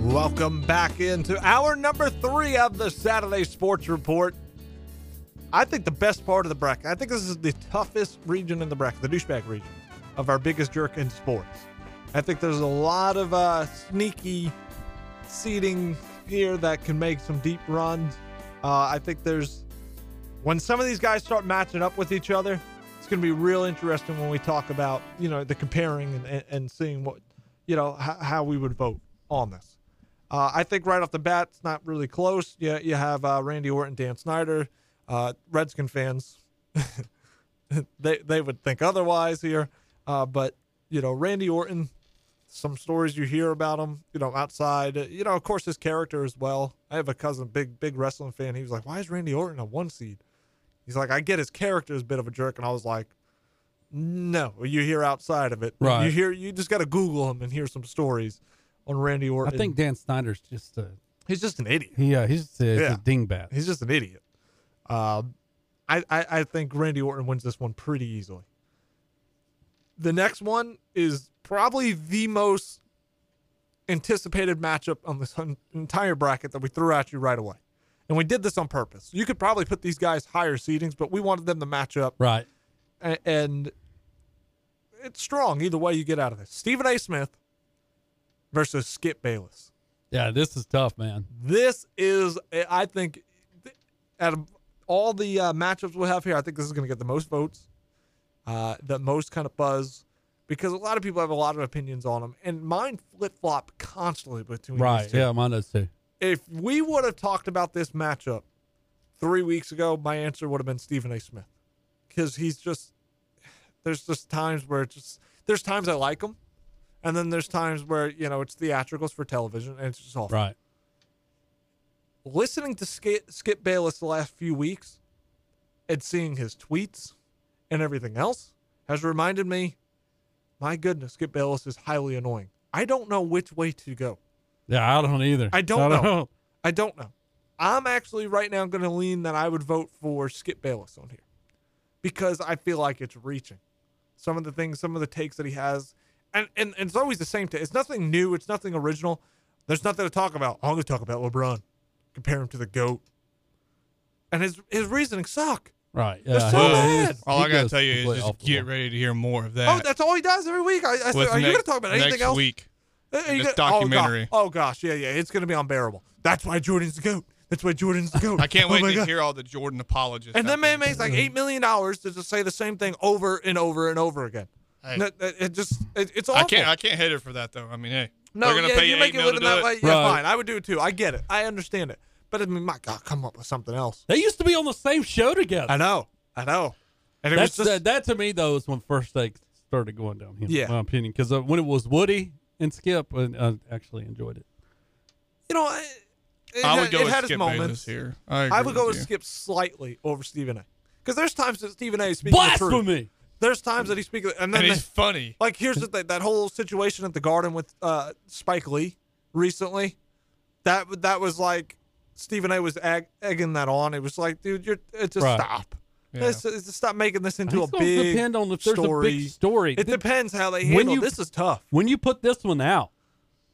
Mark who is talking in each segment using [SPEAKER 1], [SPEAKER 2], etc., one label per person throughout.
[SPEAKER 1] Welcome back into hour number three of the Saturday Sports Report. I think the best part of the bracket, I think this is the toughest region in the bracket, the douchebag region of our biggest jerk in sports. I think there's a lot of uh, sneaky seeding here that can make some deep runs. Uh, I think there's, when some of these guys start matching up with each other, it's going to be real interesting when we talk about, you know, the comparing and, and, and seeing what, you know, h- how we would vote on this. Uh, I think right off the bat, it's not really close. You, you have uh, Randy Orton, Dan Snyder, uh, Redskin fans. they they would think otherwise here, uh, but you know Randy Orton. Some stories you hear about him, you know, outside. You know, of course, his character as well. I have a cousin, big big wrestling fan. He was like, "Why is Randy Orton a one seed?" He's like, "I get his character is a bit of a jerk," and I was like, "No, you hear outside of it.
[SPEAKER 2] Right.
[SPEAKER 1] You hear. You just got to Google him and hear some stories on Randy
[SPEAKER 2] I
[SPEAKER 1] Orton.
[SPEAKER 2] think Dan Snyder's just a
[SPEAKER 1] he's just an idiot.
[SPEAKER 2] he. Uh, he's a,
[SPEAKER 1] Yeah.
[SPEAKER 2] a dingbat.
[SPEAKER 1] He's just an idiot. Um, I, I, I think Randy Orton wins this one pretty easily. The next one is probably the most anticipated matchup on this hun- entire bracket that we threw at you right away. And we did this on purpose. You could probably put these guys higher seedings, but we wanted them to match up
[SPEAKER 2] Right.
[SPEAKER 1] a- and it's strong either way you get out of this. Stephen A. Smith versus Skip Bayless.
[SPEAKER 2] Yeah, this is tough, man.
[SPEAKER 1] This is, eh, I think, th- out of all the uh, matchups we'll have here, I think this is going to get the most votes, uh, the most kind of buzz, because a lot of people have a lot of opinions on them, and mine flip flop constantly between
[SPEAKER 2] Right.
[SPEAKER 1] these two.
[SPEAKER 2] Yeah, mine does too.
[SPEAKER 1] If we would have talked about this matchup three weeks ago, my answer would have been Stephen A. Smith, because he's just there's just times where it's just there's times I like him, and then there's times where you know it's theatricals for television and it's just awful
[SPEAKER 2] Right.
[SPEAKER 1] listening to Skip, Skip Bayless the last few weeks and seeing his tweets and everything else has reminded me, my goodness, Skip Bayless is highly annoying. I don't know which way to go.
[SPEAKER 2] Yeah, I don't either.
[SPEAKER 1] I don't know. I don't know. I'm actually right now going to lean that I would vote for Skip Bayless on here because I feel like it's reaching. Some of the things, some of the takes that he has, and and, and it's always the same. T- it's nothing new. It's nothing original. There's nothing to talk about. I'm going to talk about LeBron, compare him to the goat, and his his reasoning suck.
[SPEAKER 2] Right.
[SPEAKER 1] They're
[SPEAKER 2] Yeah.
[SPEAKER 1] so
[SPEAKER 2] he-
[SPEAKER 1] bad.
[SPEAKER 2] he's-
[SPEAKER 3] All
[SPEAKER 2] he
[SPEAKER 3] I gotta
[SPEAKER 2] goes
[SPEAKER 3] tell you
[SPEAKER 2] completely
[SPEAKER 3] is
[SPEAKER 2] off
[SPEAKER 3] just
[SPEAKER 2] the
[SPEAKER 3] get
[SPEAKER 2] wall.
[SPEAKER 3] ready to hear more of
[SPEAKER 1] Oh,
[SPEAKER 3] that.
[SPEAKER 1] that's all he does every week. I, I said,
[SPEAKER 3] with
[SPEAKER 1] are you going to
[SPEAKER 3] next-
[SPEAKER 1] talk about anything
[SPEAKER 3] next
[SPEAKER 1] else?
[SPEAKER 3] week?
[SPEAKER 1] Uh, you
[SPEAKER 3] this
[SPEAKER 1] got- oh, God.
[SPEAKER 3] documentary.
[SPEAKER 1] Oh, gosh, yeah, yeah, it's going to be unbearable. That's why Jordan's the goat. That's why Jordan's the goat.
[SPEAKER 3] I can't
[SPEAKER 1] Oh,
[SPEAKER 3] wait
[SPEAKER 1] my
[SPEAKER 3] to
[SPEAKER 1] God.
[SPEAKER 3] hear all the Jordan apologists.
[SPEAKER 1] And then
[SPEAKER 3] out there.
[SPEAKER 1] man makes like eight million dollars to just say the same thing over and over and over again.
[SPEAKER 3] Hey.
[SPEAKER 1] No, it it just it, it's awful.
[SPEAKER 3] I can't. I can't hit it for that though. I mean, hey,
[SPEAKER 1] no,
[SPEAKER 3] they're gonna
[SPEAKER 1] yeah,
[SPEAKER 3] pay
[SPEAKER 1] you
[SPEAKER 3] eight
[SPEAKER 1] make it
[SPEAKER 3] mil to
[SPEAKER 1] living
[SPEAKER 3] do
[SPEAKER 1] that
[SPEAKER 3] it.
[SPEAKER 1] way. Yeah,
[SPEAKER 2] Right.
[SPEAKER 1] fine. I would do it too. I get it. I understand it. But I mean, my God, come up with something else.
[SPEAKER 2] They used to be on the same show together.
[SPEAKER 1] I know. I know. And it
[SPEAKER 2] That's
[SPEAKER 1] was just
[SPEAKER 2] that, that to me though is when first they started going downhill.
[SPEAKER 1] Yeah.
[SPEAKER 2] in my opinion, because uh, when it was Woody and Skip, I, I actually enjoyed it.
[SPEAKER 1] you know. I, it,
[SPEAKER 3] I
[SPEAKER 1] had-
[SPEAKER 3] would go
[SPEAKER 1] it
[SPEAKER 3] with
[SPEAKER 1] had its
[SPEAKER 3] Skip
[SPEAKER 1] moments.
[SPEAKER 3] Bayless here. I,
[SPEAKER 1] I
[SPEAKER 3] agree
[SPEAKER 1] would go with
[SPEAKER 3] you.
[SPEAKER 1] Skip slightly over Stephen A. Because there's times that Stephen A. is speaking the truth.
[SPEAKER 2] Blasphemy!
[SPEAKER 1] There's times that he speaks, and then
[SPEAKER 3] And
[SPEAKER 1] the-
[SPEAKER 3] he's funny.
[SPEAKER 1] Like here's the thing: that whole situation at the Garden with uh, Spike Lee recently, that that was like Stephen A. was egg, egging that on. It was like, dude, you're it's just
[SPEAKER 2] Right.
[SPEAKER 1] stop.
[SPEAKER 3] Yeah.
[SPEAKER 1] It's, it's just stop making this into
[SPEAKER 2] It's
[SPEAKER 1] a
[SPEAKER 2] gonna
[SPEAKER 1] big
[SPEAKER 2] depend on if there's
[SPEAKER 1] story.
[SPEAKER 2] a big story.
[SPEAKER 1] It
[SPEAKER 2] Thi-
[SPEAKER 1] depends how they
[SPEAKER 2] when
[SPEAKER 1] handle.
[SPEAKER 2] you-
[SPEAKER 1] this is tough.
[SPEAKER 2] when you put this one out,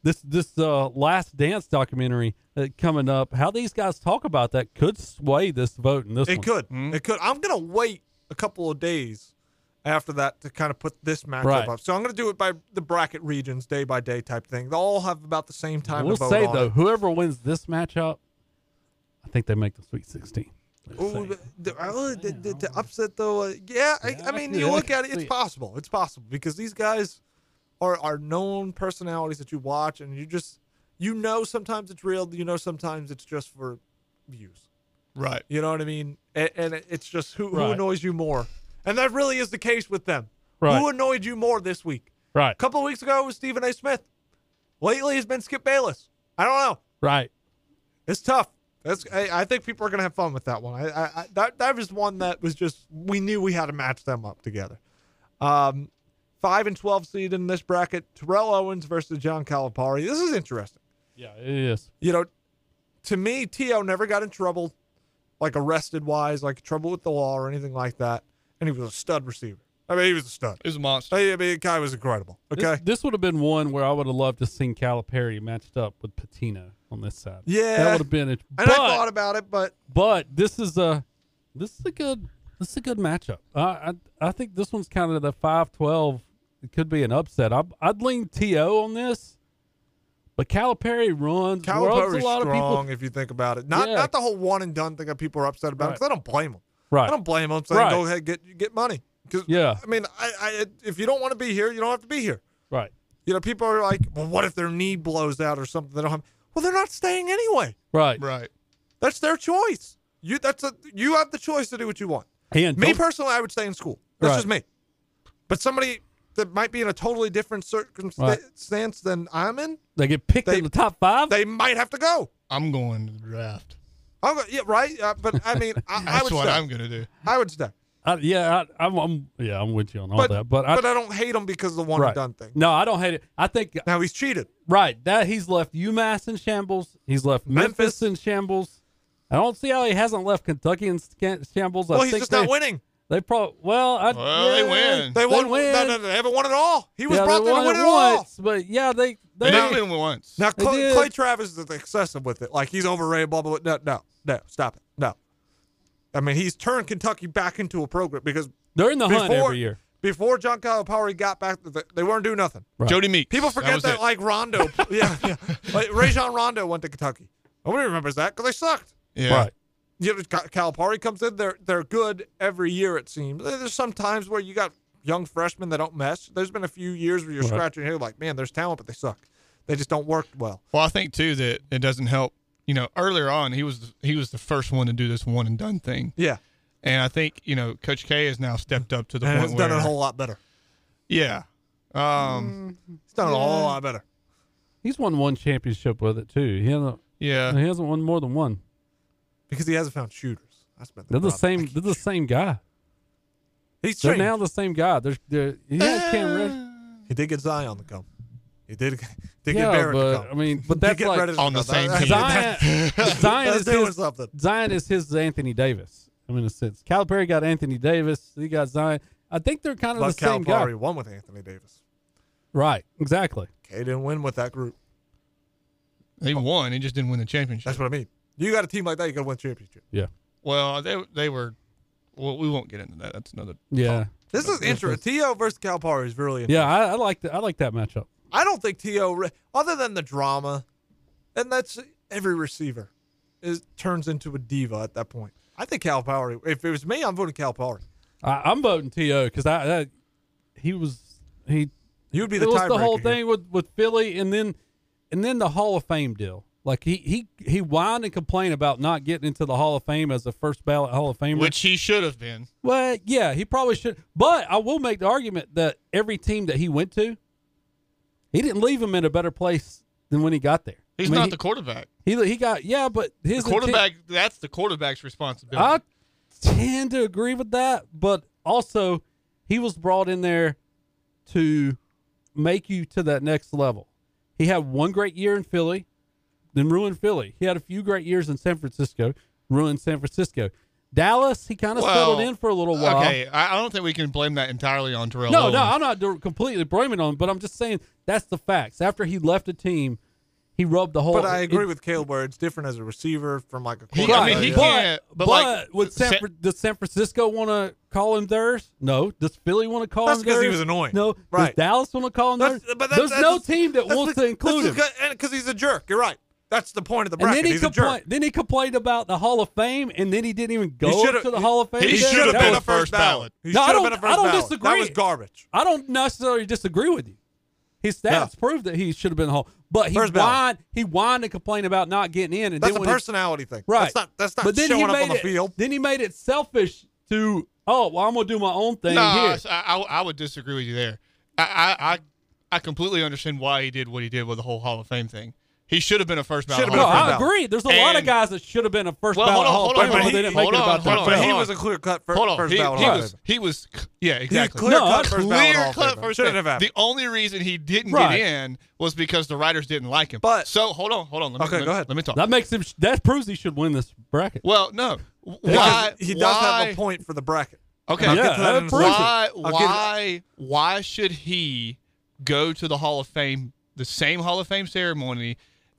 [SPEAKER 2] this this uh, Last Dance documentary uh, coming up, how these guys talk about that could sway this vote in this
[SPEAKER 1] It
[SPEAKER 2] one.
[SPEAKER 1] could. It could. I'm gonna wait a couple of days after that to kind of put this matchup
[SPEAKER 2] Right.
[SPEAKER 1] up. So I'm gonna do it by the bracket regions, day by day type thing. They all have about the same time.
[SPEAKER 2] We'll
[SPEAKER 1] to vote
[SPEAKER 2] say
[SPEAKER 1] on
[SPEAKER 2] though,
[SPEAKER 1] it.
[SPEAKER 2] whoever wins this matchup, I think they make the Sweet Sixteen. Just
[SPEAKER 1] Ooh,
[SPEAKER 2] saying.
[SPEAKER 1] the, the, oh, the, the, the upset though. Uh, yeah, I,
[SPEAKER 2] Yeah,
[SPEAKER 1] I
[SPEAKER 2] I
[SPEAKER 1] mean,
[SPEAKER 2] can-
[SPEAKER 1] you
[SPEAKER 2] I
[SPEAKER 1] look
[SPEAKER 2] can
[SPEAKER 1] at it; it's
[SPEAKER 2] see it.
[SPEAKER 1] possible. It's possible because these guys are are known personalities that you watch, and you just you know sometimes it's real. You know sometimes it's just for views.
[SPEAKER 3] Right.
[SPEAKER 1] You know what I mean? And, and it- it's just who, who
[SPEAKER 2] Right.
[SPEAKER 1] annoys you more, and that really is the case with them.
[SPEAKER 2] Right.
[SPEAKER 1] Who annoyed you more this week?
[SPEAKER 2] right,
[SPEAKER 1] A couple of weeks ago it was Stephen A. Smith. Lately, it's been Skip Bayless. I don't know.
[SPEAKER 2] right.
[SPEAKER 1] It's tough. That's. I, I think people are gonna have fun with that one. I, I, I that that was one that was just we knew we had to match them up together. Um, five and twelve seed in this bracket: Terrell Owens versus John Calipari. This is interesting.
[SPEAKER 2] Yeah, it is.
[SPEAKER 1] You know, to me, To never got in trouble, like arrested wise, like trouble with the law or anything like that, and he was a stud receiver. I mean, he was a stud.
[SPEAKER 3] He was a monster.
[SPEAKER 1] I I mean, guy was incredible.
[SPEAKER 2] This,
[SPEAKER 1] Okay.
[SPEAKER 2] this would have been one where I would have loved to seen Calipari matched up with Patino on this side.
[SPEAKER 1] Yeah.
[SPEAKER 2] that would have been it.
[SPEAKER 1] and
[SPEAKER 2] But,
[SPEAKER 1] I thought about it, but
[SPEAKER 2] but this is a this is a good this is a good matchup. I I, I think this one's kind of the five twelve. It could be an upset. I, I'd lean To on this, but Calipari runs. rubs
[SPEAKER 1] Calipari's
[SPEAKER 2] a
[SPEAKER 1] strong
[SPEAKER 2] lot of people.
[SPEAKER 1] if you think about it. Not
[SPEAKER 2] Yeah.
[SPEAKER 1] not the whole one and done thing that people are upset about. Because I don't blame them. I
[SPEAKER 2] Right.
[SPEAKER 1] don't blame them. Saying
[SPEAKER 2] Right.
[SPEAKER 1] go ahead get get money. Because
[SPEAKER 2] Yeah.
[SPEAKER 1] I mean, I, I if you don't want to be here, you don't have to be here.
[SPEAKER 2] Right.
[SPEAKER 1] You know, people are like, well, what if their knee blows out or something? They don't have. Well, they're not staying anyway.
[SPEAKER 2] Right.
[SPEAKER 3] right.
[SPEAKER 1] That's their choice. You that's a you have the choice to do what you want.
[SPEAKER 2] And
[SPEAKER 1] Me
[SPEAKER 2] don't-
[SPEAKER 1] personally, I would stay in school. That's
[SPEAKER 2] Right.
[SPEAKER 1] just me. But somebody that might be in a totally different circumstance than I'm in,
[SPEAKER 2] they get picked
[SPEAKER 1] They-
[SPEAKER 2] in the top five.
[SPEAKER 1] they might have to go.
[SPEAKER 3] I'm going to the draft.
[SPEAKER 1] I'm go- yeah, right. Uh, but I mean, I, I
[SPEAKER 3] That's
[SPEAKER 1] would
[SPEAKER 3] what
[SPEAKER 1] stay.
[SPEAKER 3] I'm going to do.
[SPEAKER 1] I would stay.
[SPEAKER 2] I, yeah. I, I'm, I'm yeah. I'm with you on all
[SPEAKER 1] But-
[SPEAKER 2] that. But I,
[SPEAKER 1] but I don't hate him because of the one
[SPEAKER 2] Right.
[SPEAKER 1] and done thing.
[SPEAKER 2] no, I don't hate it. I think
[SPEAKER 1] Now he's cheated.
[SPEAKER 2] Right. That he's left UMass in shambles. He's left
[SPEAKER 1] Memphis.
[SPEAKER 2] Memphis, in shambles. I don't see how he hasn't left Kentucky in sca- shambles. I
[SPEAKER 1] well, he's
[SPEAKER 2] think
[SPEAKER 1] just
[SPEAKER 2] they,
[SPEAKER 1] not winning.
[SPEAKER 2] They probably well. I,
[SPEAKER 3] Well, they
[SPEAKER 2] yeah,
[SPEAKER 3] win.
[SPEAKER 1] They
[SPEAKER 2] they
[SPEAKER 1] won.
[SPEAKER 2] win.
[SPEAKER 1] No, no, no, they haven't won at all. He was
[SPEAKER 2] yeah,
[SPEAKER 1] brought
[SPEAKER 2] they
[SPEAKER 1] there to
[SPEAKER 2] won
[SPEAKER 1] win
[SPEAKER 2] it
[SPEAKER 1] at all.
[SPEAKER 2] once, but yeah, they
[SPEAKER 3] They
[SPEAKER 2] they
[SPEAKER 3] didn't win once.
[SPEAKER 1] Now
[SPEAKER 2] They
[SPEAKER 1] Clay,
[SPEAKER 2] did.
[SPEAKER 1] Clay Travis is excessive with it. Like he's overrated. Blah blah. blah. No, no, no. Stop it. No. I mean, he's turned Kentucky back into a program because
[SPEAKER 2] they're in the hunt
[SPEAKER 1] before-
[SPEAKER 2] every year.
[SPEAKER 1] before John Calipari got back, th- they weren't doing nothing.
[SPEAKER 2] Right.
[SPEAKER 3] Jody Meeks.
[SPEAKER 1] People forget
[SPEAKER 3] was
[SPEAKER 1] that,
[SPEAKER 3] it.
[SPEAKER 1] like Rondo, yeah, yeah. Like, Rajon Rondo went to Kentucky. Nobody remembers that because they sucked.
[SPEAKER 3] yeah.
[SPEAKER 2] Right.
[SPEAKER 1] You know, Cal- Calipari comes in, they're they're good every year it seems. There- There's some times where you got young freshmen that don't mesh. There's been a few years where you're
[SPEAKER 2] Right.
[SPEAKER 1] scratching your head like, man, there's talent, but they suck. They just don't work well.
[SPEAKER 3] Well, I think too that it doesn't help. You know, earlier on he was he was the first one to do this one and done thing,
[SPEAKER 1] Yeah,
[SPEAKER 3] and I think you know Coach K has now stepped up to the
[SPEAKER 1] and
[SPEAKER 3] point
[SPEAKER 1] it's
[SPEAKER 3] where
[SPEAKER 1] done a whole lot better.
[SPEAKER 3] yeah, um,
[SPEAKER 2] Mm.
[SPEAKER 1] It's done a whole lot better.
[SPEAKER 2] He's won one championship with it too. He hasn't,
[SPEAKER 3] yeah.
[SPEAKER 2] he hasn't won more than one.
[SPEAKER 1] because he hasn't found shooters. That's been the
[SPEAKER 2] They're the
[SPEAKER 1] problem.
[SPEAKER 2] same. They're the same guy.
[SPEAKER 1] He's
[SPEAKER 2] They're
[SPEAKER 1] changed.
[SPEAKER 2] now the same guy. They're, they're he had
[SPEAKER 3] Eh.
[SPEAKER 2] Cam Red.
[SPEAKER 1] he did get Zion to come. He did. Did get
[SPEAKER 2] Yeah,
[SPEAKER 1] Barrett to
[SPEAKER 2] but
[SPEAKER 1] come.
[SPEAKER 2] I mean,
[SPEAKER 1] Did
[SPEAKER 2] but that's
[SPEAKER 1] get
[SPEAKER 2] like
[SPEAKER 1] Reddish to
[SPEAKER 3] On the
[SPEAKER 1] come.
[SPEAKER 3] same
[SPEAKER 1] That-
[SPEAKER 3] team.
[SPEAKER 1] that-
[SPEAKER 2] Zion. Zion
[SPEAKER 1] That's
[SPEAKER 2] is
[SPEAKER 1] doing
[SPEAKER 2] his
[SPEAKER 1] something.
[SPEAKER 2] Zion is his Anthony Davis. I mean, it's sense. Calipari got Anthony Davis. He got Zion. I think they're kind of
[SPEAKER 1] But
[SPEAKER 2] the same
[SPEAKER 1] Calipari
[SPEAKER 2] guy.
[SPEAKER 1] won with Anthony Davis.
[SPEAKER 2] Right. Exactly.
[SPEAKER 1] K didn't win with that group.
[SPEAKER 3] They won. He just didn't win the championship.
[SPEAKER 1] That's what I mean. You got a team like that, you got to win championship.
[SPEAKER 2] Yeah.
[SPEAKER 3] well, they they were. Well, we won't get into that. That's another.
[SPEAKER 2] Yeah.
[SPEAKER 1] This is interesting. To versus Calipari is really interesting.
[SPEAKER 2] Yeah. I, I like that. I like that matchup.
[SPEAKER 1] I don't think To re- other than the drama, and that's every receiver is turns into a diva at that point. I think Calipari. If it was me, I'm voting Calipari.
[SPEAKER 2] I, I'm voting To because I, I he was he
[SPEAKER 1] You'd be
[SPEAKER 2] it
[SPEAKER 1] the
[SPEAKER 2] was the
[SPEAKER 1] tiebreaker
[SPEAKER 2] whole
[SPEAKER 1] here.
[SPEAKER 2] thing with with Philly and then and then the Hall of Fame deal. Like he he he whined and complained about not getting into the Hall of Fame as the first ballot Hall of Famer.
[SPEAKER 3] Which he should have been.
[SPEAKER 2] Well, yeah, he probably should. But I will make the argument that every team that he went to, he didn't leave him in a better place than when he got there.
[SPEAKER 3] He's
[SPEAKER 2] I mean,
[SPEAKER 3] not the quarterback.
[SPEAKER 2] he, he he got yeah, but his
[SPEAKER 3] The
[SPEAKER 2] intent-
[SPEAKER 3] quarterback. that's the quarterback's responsibility.
[SPEAKER 2] I tend to agree with that, but also he was brought in there to make you to that next level. He had one great year in Philly, then ruined Philly. He had a few great years in San Francisco, ruined San Francisco. Dallas, he kind of settled
[SPEAKER 3] Well,
[SPEAKER 2] in for a little while.
[SPEAKER 3] Okay, I, I don't think we can blame that entirely on Terrell.
[SPEAKER 2] No,
[SPEAKER 3] Owens.
[SPEAKER 2] no, I'm not do- completely blaming on him, but I'm just saying that's the facts. After he left the team, he rubbed the whole.
[SPEAKER 1] But I agree
[SPEAKER 2] it-
[SPEAKER 1] with Caleb where it's different as a receiver from like a
[SPEAKER 3] He- I
[SPEAKER 1] quarterback.
[SPEAKER 3] mean, he
[SPEAKER 1] Yeah.
[SPEAKER 2] but,
[SPEAKER 3] can't- but, like,
[SPEAKER 2] would San,
[SPEAKER 3] San-
[SPEAKER 2] Fr- does San Francisco want to call him theirs? No. Does Philly want to call
[SPEAKER 1] That's
[SPEAKER 2] him theirs?
[SPEAKER 1] because he was annoying.
[SPEAKER 2] No.
[SPEAKER 1] Right.
[SPEAKER 2] Does Dallas want to call him
[SPEAKER 1] That's-
[SPEAKER 2] theirs?
[SPEAKER 1] but that-
[SPEAKER 2] There's
[SPEAKER 1] that's-
[SPEAKER 2] no team that
[SPEAKER 1] that's
[SPEAKER 2] wants
[SPEAKER 1] the-
[SPEAKER 2] to include him.
[SPEAKER 1] that's because he's a jerk. You're right. That's the point of the
[SPEAKER 2] And
[SPEAKER 1] bracket.
[SPEAKER 2] then he
[SPEAKER 1] he's a
[SPEAKER 2] complained.
[SPEAKER 1] jerk.
[SPEAKER 2] Then he complained about the Hall of Fame, and then he didn't even go
[SPEAKER 1] should've-
[SPEAKER 2] up to the Hall of Fame.
[SPEAKER 3] he
[SPEAKER 2] That-
[SPEAKER 3] should've
[SPEAKER 2] that
[SPEAKER 3] been
[SPEAKER 2] was-
[SPEAKER 3] a first ballot.
[SPEAKER 1] He
[SPEAKER 2] No, I
[SPEAKER 1] should have
[SPEAKER 2] don't-
[SPEAKER 1] been a first
[SPEAKER 2] I don't
[SPEAKER 1] ballot. That
[SPEAKER 2] disagree.
[SPEAKER 1] was garbage.
[SPEAKER 2] I don't necessarily disagree with you. His stats
[SPEAKER 1] Yeah.
[SPEAKER 2] prove that he should have been home, but he
[SPEAKER 1] First ballot.
[SPEAKER 2] whined. He whined and complained about not getting in, and
[SPEAKER 1] That's a
[SPEAKER 2] then when he-
[SPEAKER 1] personality thing.
[SPEAKER 2] right.
[SPEAKER 1] That's not. That's not
[SPEAKER 2] but then
[SPEAKER 1] showing
[SPEAKER 2] he
[SPEAKER 1] up
[SPEAKER 2] made
[SPEAKER 1] on the
[SPEAKER 2] it,
[SPEAKER 1] field.
[SPEAKER 2] Then he made it selfish to, oh, well, I'm gonna do my own thing
[SPEAKER 3] No,
[SPEAKER 2] here.
[SPEAKER 3] I, I, I would disagree with you there. I, I, I, I completely understand why he did what he did with the whole Hall of Fame thing. He should have been a first ballot.
[SPEAKER 1] Should've
[SPEAKER 3] Hall
[SPEAKER 2] No,
[SPEAKER 1] been
[SPEAKER 3] of
[SPEAKER 1] a first
[SPEAKER 3] Fame.
[SPEAKER 2] I
[SPEAKER 1] ballot.
[SPEAKER 2] agree. There's a lot of
[SPEAKER 3] And-
[SPEAKER 2] guys that should have been a first
[SPEAKER 3] Well,
[SPEAKER 2] ballot Hall
[SPEAKER 3] hold
[SPEAKER 2] of
[SPEAKER 3] on,
[SPEAKER 2] Famer,
[SPEAKER 3] hold on,
[SPEAKER 2] but
[SPEAKER 3] but
[SPEAKER 2] they
[SPEAKER 3] he-
[SPEAKER 2] didn't make
[SPEAKER 3] hold
[SPEAKER 2] it
[SPEAKER 3] on,
[SPEAKER 2] about
[SPEAKER 3] hold
[SPEAKER 2] their
[SPEAKER 3] on,
[SPEAKER 2] first
[SPEAKER 1] But
[SPEAKER 3] hold
[SPEAKER 1] he
[SPEAKER 2] ballot.
[SPEAKER 1] was a clear cut first,
[SPEAKER 3] Hold on,
[SPEAKER 1] first
[SPEAKER 3] he,
[SPEAKER 1] ballot.
[SPEAKER 3] he
[SPEAKER 1] Hall of
[SPEAKER 3] was,
[SPEAKER 1] Famer.
[SPEAKER 3] he was, yeah,
[SPEAKER 1] He was
[SPEAKER 3] exactly.
[SPEAKER 1] clear
[SPEAKER 2] No,
[SPEAKER 1] cut
[SPEAKER 2] I-
[SPEAKER 1] first
[SPEAKER 3] clear
[SPEAKER 1] ballot. Hall of
[SPEAKER 3] cut
[SPEAKER 1] Famer.
[SPEAKER 3] first
[SPEAKER 1] Shouldn't
[SPEAKER 3] pick.
[SPEAKER 1] have
[SPEAKER 3] The
[SPEAKER 1] happened.
[SPEAKER 3] only reason he didn't
[SPEAKER 2] Right.
[SPEAKER 3] get in was because the writers didn't like him.
[SPEAKER 1] But-
[SPEAKER 3] so hold on, hold on. Let me,
[SPEAKER 1] Okay,
[SPEAKER 3] let,
[SPEAKER 1] go ahead.
[SPEAKER 3] Let me talk.
[SPEAKER 2] That makes him. That proves he should win this bracket.
[SPEAKER 3] well, no, why?
[SPEAKER 1] Because He does
[SPEAKER 3] why,
[SPEAKER 1] have a point for the bracket.
[SPEAKER 3] Okay.
[SPEAKER 1] I'll
[SPEAKER 2] Yeah,
[SPEAKER 1] get to that
[SPEAKER 2] uh,
[SPEAKER 1] in a
[SPEAKER 2] prove
[SPEAKER 1] second.
[SPEAKER 3] Why?
[SPEAKER 1] I'll give it-
[SPEAKER 3] Why? Why should he go to the Hall of Fame, the same Hall of Fame ceremony,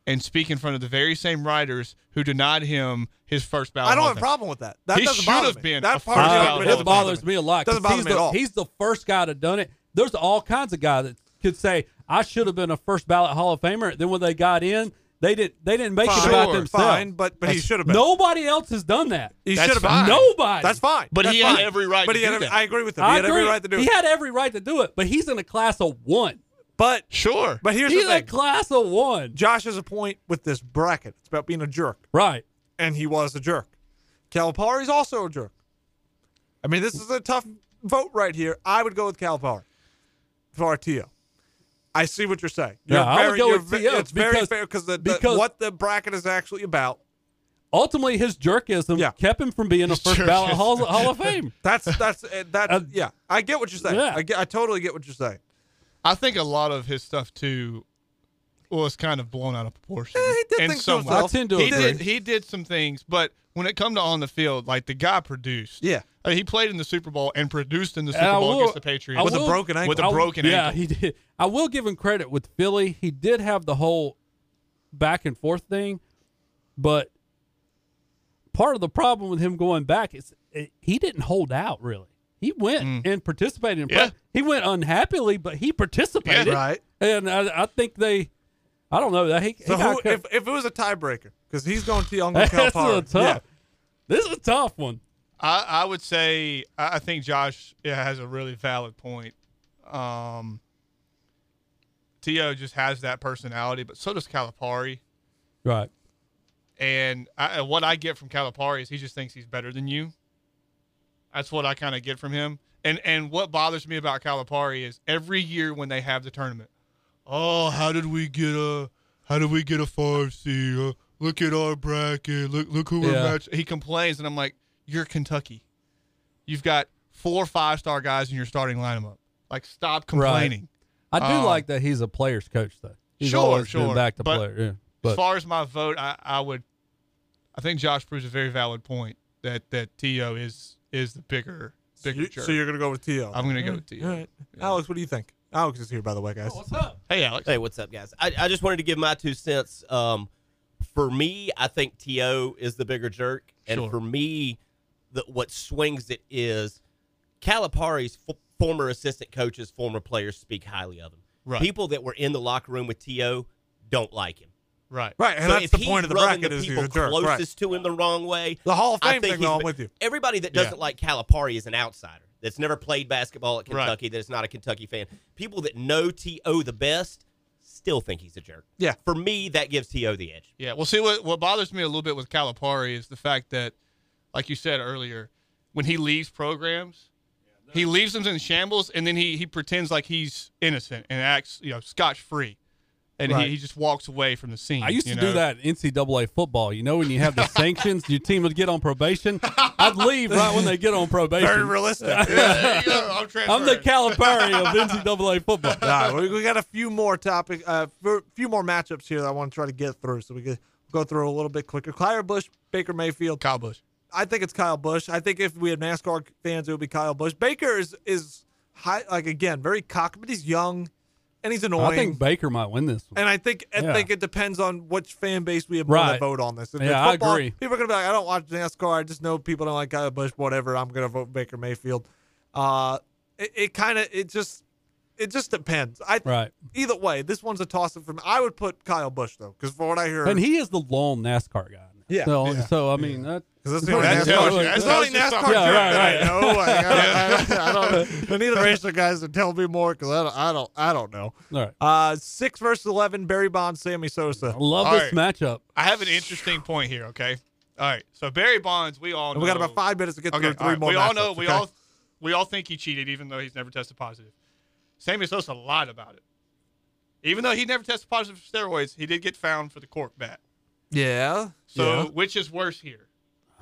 [SPEAKER 3] and speak in front of the very same writers who denied him his first ballot?
[SPEAKER 1] I don't
[SPEAKER 3] Hall
[SPEAKER 1] have
[SPEAKER 3] of
[SPEAKER 1] a
[SPEAKER 3] Fame?
[SPEAKER 1] problem with that. That
[SPEAKER 3] He
[SPEAKER 1] doesn't
[SPEAKER 3] should
[SPEAKER 1] bother
[SPEAKER 3] have
[SPEAKER 1] me.
[SPEAKER 3] been
[SPEAKER 1] That
[SPEAKER 3] a
[SPEAKER 1] part of the
[SPEAKER 3] first
[SPEAKER 1] argument
[SPEAKER 2] Uh,
[SPEAKER 1] doesn't
[SPEAKER 2] it bothers
[SPEAKER 1] me.
[SPEAKER 2] me a lot. 'cause
[SPEAKER 1] Doesn't bother
[SPEAKER 2] he's
[SPEAKER 1] me at
[SPEAKER 2] the,
[SPEAKER 1] all.
[SPEAKER 2] He's the first guy to done it. There's all kinds of guys that could say I should have been a first ballot Hall of Famer. Then when they got in, they didn't. They didn't make it
[SPEAKER 1] Fine,
[SPEAKER 2] about
[SPEAKER 3] Sure,
[SPEAKER 2] themselves.
[SPEAKER 1] fine, but but he should have been.
[SPEAKER 2] Nobody else has done that.
[SPEAKER 1] he
[SPEAKER 3] That's
[SPEAKER 1] should have been.
[SPEAKER 3] fine.
[SPEAKER 2] Nobody.
[SPEAKER 1] That's fine.
[SPEAKER 3] But
[SPEAKER 1] That's
[SPEAKER 3] he had
[SPEAKER 1] fine.
[SPEAKER 3] every right
[SPEAKER 1] But
[SPEAKER 3] to
[SPEAKER 1] he had
[SPEAKER 3] do
[SPEAKER 1] every-
[SPEAKER 3] that.
[SPEAKER 1] I agree with him. He
[SPEAKER 2] I
[SPEAKER 1] had
[SPEAKER 2] agree.
[SPEAKER 1] every right to do
[SPEAKER 2] he
[SPEAKER 1] it.
[SPEAKER 2] had every right to do it, but he's in a class of one.
[SPEAKER 1] But
[SPEAKER 3] Sure.
[SPEAKER 1] but here's
[SPEAKER 2] he's
[SPEAKER 1] the
[SPEAKER 2] in a
[SPEAKER 1] thing.
[SPEAKER 2] class of one.
[SPEAKER 1] Josh has a point with this bracket. It's about being a jerk,
[SPEAKER 2] Right.
[SPEAKER 1] and he was a jerk. Calipari's also a jerk. I mean, this is a tough vote right here. I would go with Calipari for Tio. I see what you're saying. You're
[SPEAKER 2] Yeah, I would go
[SPEAKER 1] you're
[SPEAKER 2] with
[SPEAKER 1] ve-
[SPEAKER 2] T.O.
[SPEAKER 1] It's very
[SPEAKER 2] because-
[SPEAKER 1] fair because the, the-
[SPEAKER 2] because-
[SPEAKER 1] what the bracket is actually about.
[SPEAKER 2] Ultimately, his jerkism
[SPEAKER 1] Yeah.
[SPEAKER 2] kept him from being a first ballot
[SPEAKER 3] jerkism.
[SPEAKER 2] Hall, Hall of Fame.
[SPEAKER 1] That's that's uh, that.
[SPEAKER 2] Uh,
[SPEAKER 1] yeah, I get what you're saying.
[SPEAKER 2] yeah.
[SPEAKER 1] I, get, I totally get what you're saying.
[SPEAKER 3] I think a lot of his stuff too was kind of blown out of proportion.
[SPEAKER 1] Eh, he did
[SPEAKER 3] in
[SPEAKER 1] things to
[SPEAKER 3] some way.
[SPEAKER 1] himself.
[SPEAKER 2] I tend to
[SPEAKER 3] he
[SPEAKER 2] agree.
[SPEAKER 3] did he did some things, but when it come to on the field, like the guy produced.
[SPEAKER 1] Yeah.
[SPEAKER 3] I mean, he played in the Super Bowl and produced in the
[SPEAKER 2] I
[SPEAKER 3] Super Bowl
[SPEAKER 2] will-
[SPEAKER 3] against the
[SPEAKER 2] I
[SPEAKER 3] Patriots
[SPEAKER 1] With a
[SPEAKER 2] will-
[SPEAKER 1] broken ankle.
[SPEAKER 3] with a
[SPEAKER 2] I-
[SPEAKER 3] broken
[SPEAKER 2] yeah,
[SPEAKER 3] ankle.
[SPEAKER 2] he did. I will give him credit with Philly. He did have the whole back and forth thing, but part of the problem with him going back is eh, he didn't hold out really. He went and participated. In
[SPEAKER 3] Mm. Yeah.
[SPEAKER 2] He went unhappily, but he participated.
[SPEAKER 3] Yeah,
[SPEAKER 1] right.
[SPEAKER 2] And I, I think they, I don't know. He, he
[SPEAKER 1] So
[SPEAKER 2] got
[SPEAKER 1] who,
[SPEAKER 2] cut-
[SPEAKER 1] if, if it was a tiebreaker, because he's going to, I'm going
[SPEAKER 2] That's
[SPEAKER 1] to
[SPEAKER 2] a
[SPEAKER 1] Calipari.
[SPEAKER 2] tough.
[SPEAKER 1] Yeah.
[SPEAKER 2] This is a tough one.
[SPEAKER 3] I, I would say I I think Josh yeah, has a really valid point. Um, T.O. just has that personality, but so does Calipari.
[SPEAKER 2] Right.
[SPEAKER 3] And I, and what I get from Calipari is he just thinks he's better than you. That's what I kind of get from him. And and what bothers me about Calipari is every year when they have the tournament, oh, how did we get a how did we get a five seed? Uh, look at our bracket. Look look who we're
[SPEAKER 2] Yeah.
[SPEAKER 3] matched. He complains, and I'm like, you're Kentucky. You've got four five star guys in your starting lineup. Like, stop complaining.
[SPEAKER 2] I do
[SPEAKER 3] Um,
[SPEAKER 2] like that he's a player's coach though. He's
[SPEAKER 3] Sure,
[SPEAKER 2] always been
[SPEAKER 3] sure,
[SPEAKER 2] back to
[SPEAKER 3] but
[SPEAKER 2] player. Yeah.
[SPEAKER 3] as
[SPEAKER 2] But
[SPEAKER 3] far as my vote, I, I would. I think Josh proves a very valid point that that To is is the bigger
[SPEAKER 1] So,
[SPEAKER 3] bigger
[SPEAKER 1] you,
[SPEAKER 3] jerk.
[SPEAKER 1] are going to go with T.O.
[SPEAKER 3] I'm gonna go with T.O.
[SPEAKER 1] All right. Alex, what do you think? Alex is here, by the way, guys.
[SPEAKER 2] up?
[SPEAKER 3] hey Alex,
[SPEAKER 4] Hey, what's up, guys? I, I just wanted to give my two cents. Um, for me, I think To is the bigger jerk, and
[SPEAKER 3] Sure.
[SPEAKER 4] for me, the, what swings it is Calipari's f- former assistant coaches, former players speak highly of him.
[SPEAKER 3] Right.
[SPEAKER 4] People that were in the locker room with To don't like him.
[SPEAKER 3] right?
[SPEAKER 1] Right, and
[SPEAKER 4] so
[SPEAKER 1] that's
[SPEAKER 4] if
[SPEAKER 1] the
[SPEAKER 4] he's
[SPEAKER 1] point of the
[SPEAKER 4] rubbing
[SPEAKER 1] bracket is
[SPEAKER 4] people
[SPEAKER 1] he's a jerk.
[SPEAKER 4] closest
[SPEAKER 1] Right.
[SPEAKER 4] to him the wrong way.
[SPEAKER 1] The Hall of
[SPEAKER 4] I
[SPEAKER 1] Fame
[SPEAKER 4] think
[SPEAKER 1] thing,
[SPEAKER 4] he's
[SPEAKER 1] though, I'm
[SPEAKER 4] been-
[SPEAKER 1] with you.
[SPEAKER 4] Everybody that
[SPEAKER 3] Yeah.
[SPEAKER 4] doesn't like Calipari is an outsider. That's never played basketball at
[SPEAKER 3] Right.
[SPEAKER 4] Kentucky. That is not a Kentucky fan. People that know To the best still think he's a jerk.
[SPEAKER 1] Yeah.
[SPEAKER 4] For me, that gives To the edge.
[SPEAKER 3] Yeah. Well, see what what bothers me a little bit with Calipari is the fact that, like you said earlier, when he leaves programs, he leaves them in shambles, and then he he pretends like he's innocent and acts you know scotch free, and
[SPEAKER 1] Right.
[SPEAKER 3] he, he just walks away from the scene.
[SPEAKER 2] I used
[SPEAKER 3] you
[SPEAKER 2] to
[SPEAKER 3] know?
[SPEAKER 2] do that in NCAA football. You know, when you have the sanctions, your team would get on probation. I'd leave right when they get on
[SPEAKER 1] Very
[SPEAKER 2] probation.
[SPEAKER 1] realistic.
[SPEAKER 3] Yeah, there you go. I'm,
[SPEAKER 2] I'm the
[SPEAKER 3] transferring.
[SPEAKER 2] Calipari of NCAA football.
[SPEAKER 1] All right, we, we got a few more topic, a uh, f- few more matchups here that I want to try to get through, so we can go through a little bit quicker. Clyde Bush, Baker Mayfield.
[SPEAKER 3] Kyle Bush.
[SPEAKER 1] I think it's Kyle Bush. I think if we had NASCAR fans, it would be Kyle Bush. Baker is is high, like again, very cocky, but he's young, and he's annoying.
[SPEAKER 2] I think Baker might win this one.
[SPEAKER 1] and I think I
[SPEAKER 2] Yeah.
[SPEAKER 1] think it depends on which fan base we have more that
[SPEAKER 2] Right.
[SPEAKER 1] vote on this. If
[SPEAKER 2] Yeah, I
[SPEAKER 1] it's football,
[SPEAKER 2] agree.
[SPEAKER 1] People are gonna be like, I don't watch NASCAR. I just know people don't like Kyle Bush. Whatever. I'm gonna vote Baker Mayfield. Uh, it, it kind of it just it just depends. I
[SPEAKER 2] Right.
[SPEAKER 1] either way, this one's a toss up for me. I would put Kyle Bush though, because for what I hear,
[SPEAKER 2] And he is the lone NASCAR guy.
[SPEAKER 1] Yeah.
[SPEAKER 2] So,
[SPEAKER 3] Yeah.
[SPEAKER 2] so I mean, that,
[SPEAKER 1] 'Cause that's the only
[SPEAKER 3] That
[SPEAKER 1] NASCAR,
[SPEAKER 3] tells you- that
[SPEAKER 1] that's the only
[SPEAKER 3] tells you
[SPEAKER 1] NASCAR
[SPEAKER 3] something.
[SPEAKER 1] jerk
[SPEAKER 2] Yeah,
[SPEAKER 1] that
[SPEAKER 2] right,
[SPEAKER 1] I know. Like, I, don't, I, don't, I need the racer guys to tell me more because I don't, I don't, I don't know.
[SPEAKER 2] all right.
[SPEAKER 1] Uh, six versus eleven, Barry Bonds, Sammy Sosa.
[SPEAKER 2] I love
[SPEAKER 3] All
[SPEAKER 2] this
[SPEAKER 3] right.
[SPEAKER 2] matchup.
[SPEAKER 3] I have an interesting point here. Okay. All right. So Barry Bonds, we all know.
[SPEAKER 1] And we got about five minutes to get
[SPEAKER 3] Oh. Okay.
[SPEAKER 1] through
[SPEAKER 3] all
[SPEAKER 1] three
[SPEAKER 3] right,
[SPEAKER 1] more.
[SPEAKER 3] we all know.
[SPEAKER 1] matchups,
[SPEAKER 3] We
[SPEAKER 1] okay?
[SPEAKER 3] all we all think he cheated, even though he's never tested positive. Sammy Sosa lied about it. Even though he never tested positive for steroids, he did get found for the cork bat.
[SPEAKER 1] yeah.
[SPEAKER 3] So
[SPEAKER 1] yeah. Oh,
[SPEAKER 3] which is worse here,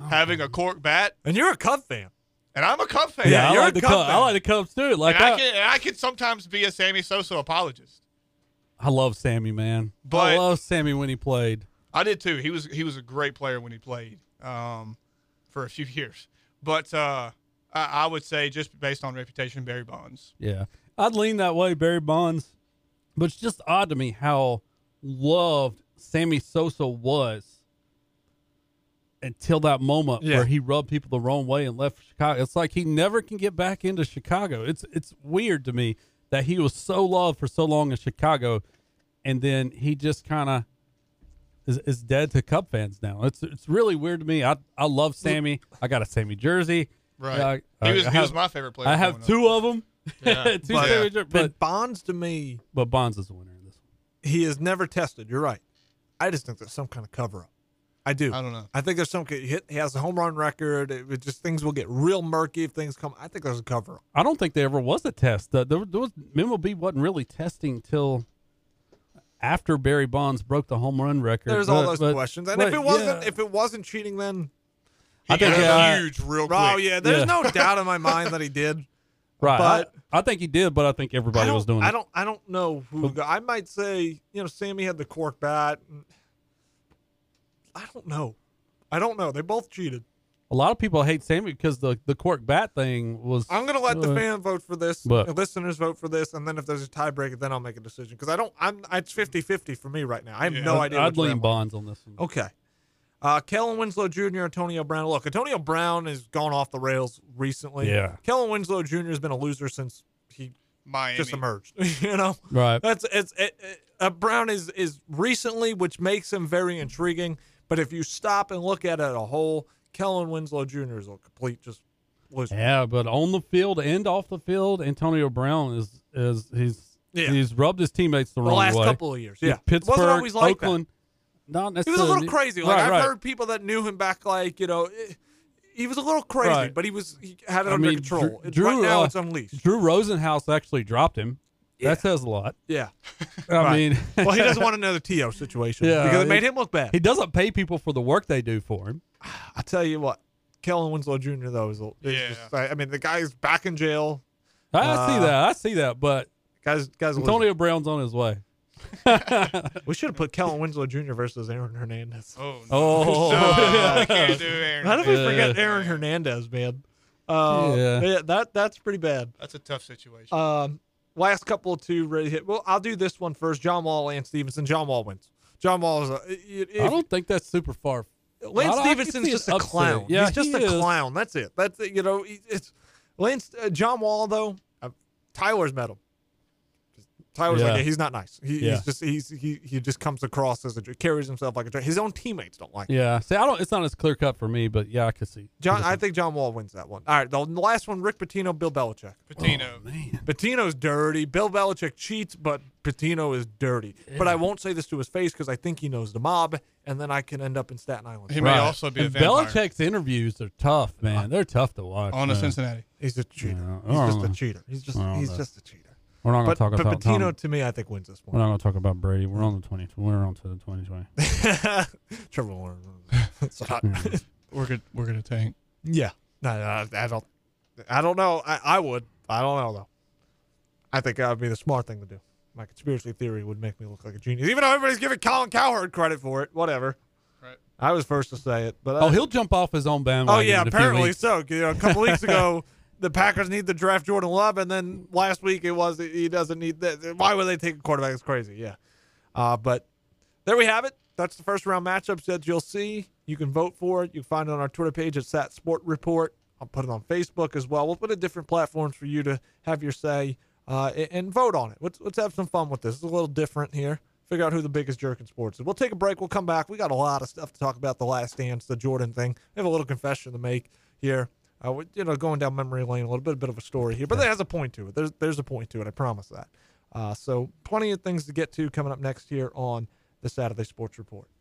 [SPEAKER 3] having a cork bat?
[SPEAKER 1] and you're a Cub fan.
[SPEAKER 3] And I'm a Cub fan.
[SPEAKER 1] Yeah,
[SPEAKER 2] I
[SPEAKER 1] you're
[SPEAKER 2] like
[SPEAKER 1] a
[SPEAKER 2] the
[SPEAKER 1] Cub
[SPEAKER 2] Cubs. I
[SPEAKER 1] fan.
[SPEAKER 2] like the Cubs too. Like
[SPEAKER 3] and I
[SPEAKER 2] I,
[SPEAKER 3] can and I can sometimes be a Sammy Sosa apologist.
[SPEAKER 2] I love Sammy, man. I
[SPEAKER 3] But-
[SPEAKER 2] love Sammy when he played.
[SPEAKER 3] I did too. He was he was a great player when he played um, for a few years. But uh, I, I would say just based on reputation, Barry Bonds.
[SPEAKER 2] Yeah. I'd lean that way, Barry Bonds. But it's just odd to me how loved Sammy Sosa was until that moment
[SPEAKER 1] Yeah.
[SPEAKER 2] where he rubbed people the wrong way and left Chicago. It's like he never can get back into Chicago. It's it's weird to me that he was so loved for so long in Chicago and then he just kind of is, is dead to Cub fans now. It's it's really weird to me. I I love Sammy. I got a Sammy jersey.
[SPEAKER 3] Right.
[SPEAKER 2] Uh,
[SPEAKER 3] he was,
[SPEAKER 2] I
[SPEAKER 3] he was
[SPEAKER 2] have-
[SPEAKER 3] my favorite player.
[SPEAKER 2] I have
[SPEAKER 3] growing
[SPEAKER 2] two of them.
[SPEAKER 3] Yeah.
[SPEAKER 2] two
[SPEAKER 3] But-
[SPEAKER 2] Sammy jer- but
[SPEAKER 1] But Bonds to me,
[SPEAKER 2] but Bonds is the winner in this one.
[SPEAKER 1] he is never tested. You're right. I just think there's some kind of cover up. I do.
[SPEAKER 3] up. I don't know.
[SPEAKER 1] I think there's some. He hit- he has a home run record. It, it just things will get real murky if things come. I think there's a cover up.
[SPEAKER 2] I don't think there ever was a test. The, there, there was MLB wasn't really testing till after Barry Bonds broke the home run record.
[SPEAKER 1] There's all
[SPEAKER 2] But-
[SPEAKER 1] those
[SPEAKER 2] but-
[SPEAKER 1] questions. And
[SPEAKER 2] but
[SPEAKER 1] if it wasn't,
[SPEAKER 2] yeah.
[SPEAKER 1] if it wasn't cheating, then
[SPEAKER 3] He
[SPEAKER 2] I think,
[SPEAKER 3] got
[SPEAKER 2] uh,
[SPEAKER 3] huge real quick.
[SPEAKER 1] oh yeah, there's
[SPEAKER 2] Yeah.
[SPEAKER 1] no doubt in my mind that he did.
[SPEAKER 2] right, I-
[SPEAKER 1] but-
[SPEAKER 2] I, think he did, but I think
[SPEAKER 1] I
[SPEAKER 2] everybody
[SPEAKER 1] don't,
[SPEAKER 2] was doing
[SPEAKER 1] I
[SPEAKER 2] it.
[SPEAKER 1] don't. I don't know who. got- I might say you know Sammy had the cork bat. and- I don't know. I don't know. They both cheated.
[SPEAKER 2] A lot of people hate Sammy because the the cork bat thing was.
[SPEAKER 1] I'm gonna let the
[SPEAKER 2] Uh,
[SPEAKER 1] fan vote for this,
[SPEAKER 2] but-
[SPEAKER 1] the listeners vote for this, and then if there's a tiebreaker, then I'll make a decision because I don't. I'm. It's 50-50 for me right now. I have
[SPEAKER 3] Yeah.
[SPEAKER 1] no
[SPEAKER 2] I'd-
[SPEAKER 1] idea.
[SPEAKER 2] I'd
[SPEAKER 1] which way
[SPEAKER 2] lean
[SPEAKER 1] I'm
[SPEAKER 2] Bonds on this one.
[SPEAKER 1] Okay. Uh, Kellen Winslow Jr., Antonio Brown. Look, Antonio Brown has gone off the rails recently.
[SPEAKER 2] Yeah.
[SPEAKER 1] Kellen Winslow Jr. has been a loser since he
[SPEAKER 3] Miami.
[SPEAKER 1] just emerged. you know,
[SPEAKER 2] Right.
[SPEAKER 1] that's it's it, it, uh, Brown is is recently, which makes him very intriguing. But if you stop and look at it a whole, Kellen Winslow Jr. is a complete just loser.
[SPEAKER 2] Yeah, but on the field and off the field, Antonio Brown is is he's
[SPEAKER 1] Yeah.
[SPEAKER 2] he's rubbed his teammates the,
[SPEAKER 1] the
[SPEAKER 2] wrong
[SPEAKER 1] last
[SPEAKER 2] way.
[SPEAKER 1] couple of years, yeah, It
[SPEAKER 2] Pittsburgh,
[SPEAKER 1] wasn't always like that.
[SPEAKER 2] Oakland.
[SPEAKER 1] He
[SPEAKER 2] Not
[SPEAKER 1] was a
[SPEAKER 2] necessarily.
[SPEAKER 1] little crazy. Like
[SPEAKER 2] Right,
[SPEAKER 1] I've
[SPEAKER 2] right.
[SPEAKER 1] heard people that knew him back, like you know, eh, he was a little crazy,
[SPEAKER 2] Right.
[SPEAKER 1] but he was he had it
[SPEAKER 2] I
[SPEAKER 1] under
[SPEAKER 2] mean,
[SPEAKER 1] control.
[SPEAKER 2] Drew-
[SPEAKER 1] It- right
[SPEAKER 2] Drew,
[SPEAKER 1] now,
[SPEAKER 2] uh,
[SPEAKER 1] it's unleashed.
[SPEAKER 2] Drew Rosenhaus actually dropped him.
[SPEAKER 1] Yeah.
[SPEAKER 2] That says a lot.
[SPEAKER 1] Yeah.
[SPEAKER 2] I
[SPEAKER 1] Right.
[SPEAKER 2] mean,
[SPEAKER 1] Well, he doesn't want another To situation
[SPEAKER 2] Yeah,
[SPEAKER 1] because it
[SPEAKER 2] it-
[SPEAKER 1] made him look bad.
[SPEAKER 2] he doesn't pay people for the work they do for him.
[SPEAKER 1] I tell you what, Kellen Winslow Jr. though is, a- is
[SPEAKER 3] Yeah.
[SPEAKER 1] just, I I mean, the guy's back in jail.
[SPEAKER 2] I
[SPEAKER 1] Uh,
[SPEAKER 2] see that. I see that. But
[SPEAKER 1] Guys, guys, a loser.
[SPEAKER 2] Antonio Brown's on his way.
[SPEAKER 1] we should have put Kellen Winslow Jr. versus Aaron Hernandez.
[SPEAKER 3] Oh, no.
[SPEAKER 2] Oh.
[SPEAKER 3] No, we can't do Aaron.
[SPEAKER 1] How did we
[SPEAKER 2] Yeah.
[SPEAKER 1] forget Aaron Hernandez, man? Uh,
[SPEAKER 2] Yeah.
[SPEAKER 1] yeah, that that's pretty bad.
[SPEAKER 3] That's a tough situation.
[SPEAKER 1] Um, last couple to really hit. Well, I'll do this one first. John Wall, Lance Stevenson. John Wall wins. John Wall is a. it- it-
[SPEAKER 2] I don't think that's super far. I
[SPEAKER 1] Lance
[SPEAKER 2] don't- I can
[SPEAKER 1] Stevenson's
[SPEAKER 2] see
[SPEAKER 1] just
[SPEAKER 2] an
[SPEAKER 1] a
[SPEAKER 2] upset.
[SPEAKER 1] clown.
[SPEAKER 2] Yeah,
[SPEAKER 1] he's just
[SPEAKER 2] he
[SPEAKER 1] a
[SPEAKER 2] is.
[SPEAKER 1] clown. That's it. That's it. You know, he- it's Lance uh, John Wall though. Uh, Tyler's met him. Tyler's
[SPEAKER 2] Yeah.
[SPEAKER 1] like yeah, he's not nice. He,
[SPEAKER 2] Yeah.
[SPEAKER 1] He's just he's he he just comes across as a jerk, carries himself like a jerk. His own teammates don't like. him.
[SPEAKER 2] Yeah. See, I don't. It's not as clear cut for me, but yeah, I could see.
[SPEAKER 1] John, I think John Wall wins that one. All right, the last one: Rick Pitino, Bill Belichick.
[SPEAKER 3] Patino.
[SPEAKER 2] Oh, man.
[SPEAKER 1] Patino's dirty. Bill Belichick cheats, but Patino is dirty. But I won't say this to his face because I think he knows the mob, and then I can end up in Staten
[SPEAKER 3] He
[SPEAKER 1] Island.
[SPEAKER 3] may
[SPEAKER 2] Right.
[SPEAKER 3] also be a
[SPEAKER 2] and
[SPEAKER 3] vampire. Uh,
[SPEAKER 2] Belichick's interviews are tough, man. They're tough to watch.
[SPEAKER 3] on to
[SPEAKER 2] man.
[SPEAKER 3] Cincinnati.
[SPEAKER 1] He's a cheater.
[SPEAKER 2] Yeah, I
[SPEAKER 1] he's
[SPEAKER 2] don't
[SPEAKER 1] just a
[SPEAKER 2] know.
[SPEAKER 1] cheater. He's just
[SPEAKER 2] I don't
[SPEAKER 1] he's
[SPEAKER 2] know.
[SPEAKER 1] just a cheater.
[SPEAKER 2] We're not going
[SPEAKER 1] But,
[SPEAKER 2] to talk
[SPEAKER 1] but
[SPEAKER 2] about
[SPEAKER 1] Patino
[SPEAKER 2] Tom.
[SPEAKER 1] to me, I think wins this
[SPEAKER 2] We're
[SPEAKER 1] one.
[SPEAKER 2] not going to talk about Brady. We're on the twenty. We're on to the twenty twenty.
[SPEAKER 1] Trevor Lawrence. It's not-
[SPEAKER 3] We're good. We're gonna tank.
[SPEAKER 1] yeah. No, no, I don't. I don't know. I, I would. I don't know though. I think that would be the smart thing to do. My conspiracy theory would make me look like a genius, even though everybody's giving Colin Cowherd credit for it. Whatever.
[SPEAKER 3] Right.
[SPEAKER 1] I was first to say it, but I-
[SPEAKER 2] Oh, he'll jump off his own
[SPEAKER 1] Oh
[SPEAKER 2] bandwagon.
[SPEAKER 1] yeah,
[SPEAKER 2] in a few
[SPEAKER 1] apparently
[SPEAKER 2] weeks.
[SPEAKER 1] so. You know, a couple weeks ago, the Packers need to draft Jordan Love, and then last week it was he doesn't need that. Why would they take a quarterback? It's crazy. Yeah, uh, but there we have it. That's the first round matchups that you'll see. You can vote for it. You can find it on our Twitter page at Sat Sport Report. I'll put it on Facebook as well. We'll put it different platforms for you to have your say uh, a- and vote on it. Let's let's have some fun with this. It's a little different here. Figure out who the biggest jerk in sports is. We'll take a break. We'll come back. We got a lot of stuff to talk about. The last dance, the Jordan thing. We have a little confession to make here. Uh, we- you know, going down memory lane a little bit, a bit of a story here, but that has a point to it. There's there's a point to it. I promise that. Uh, so plenty of things to get to coming up next here on the Saturday Sports Report.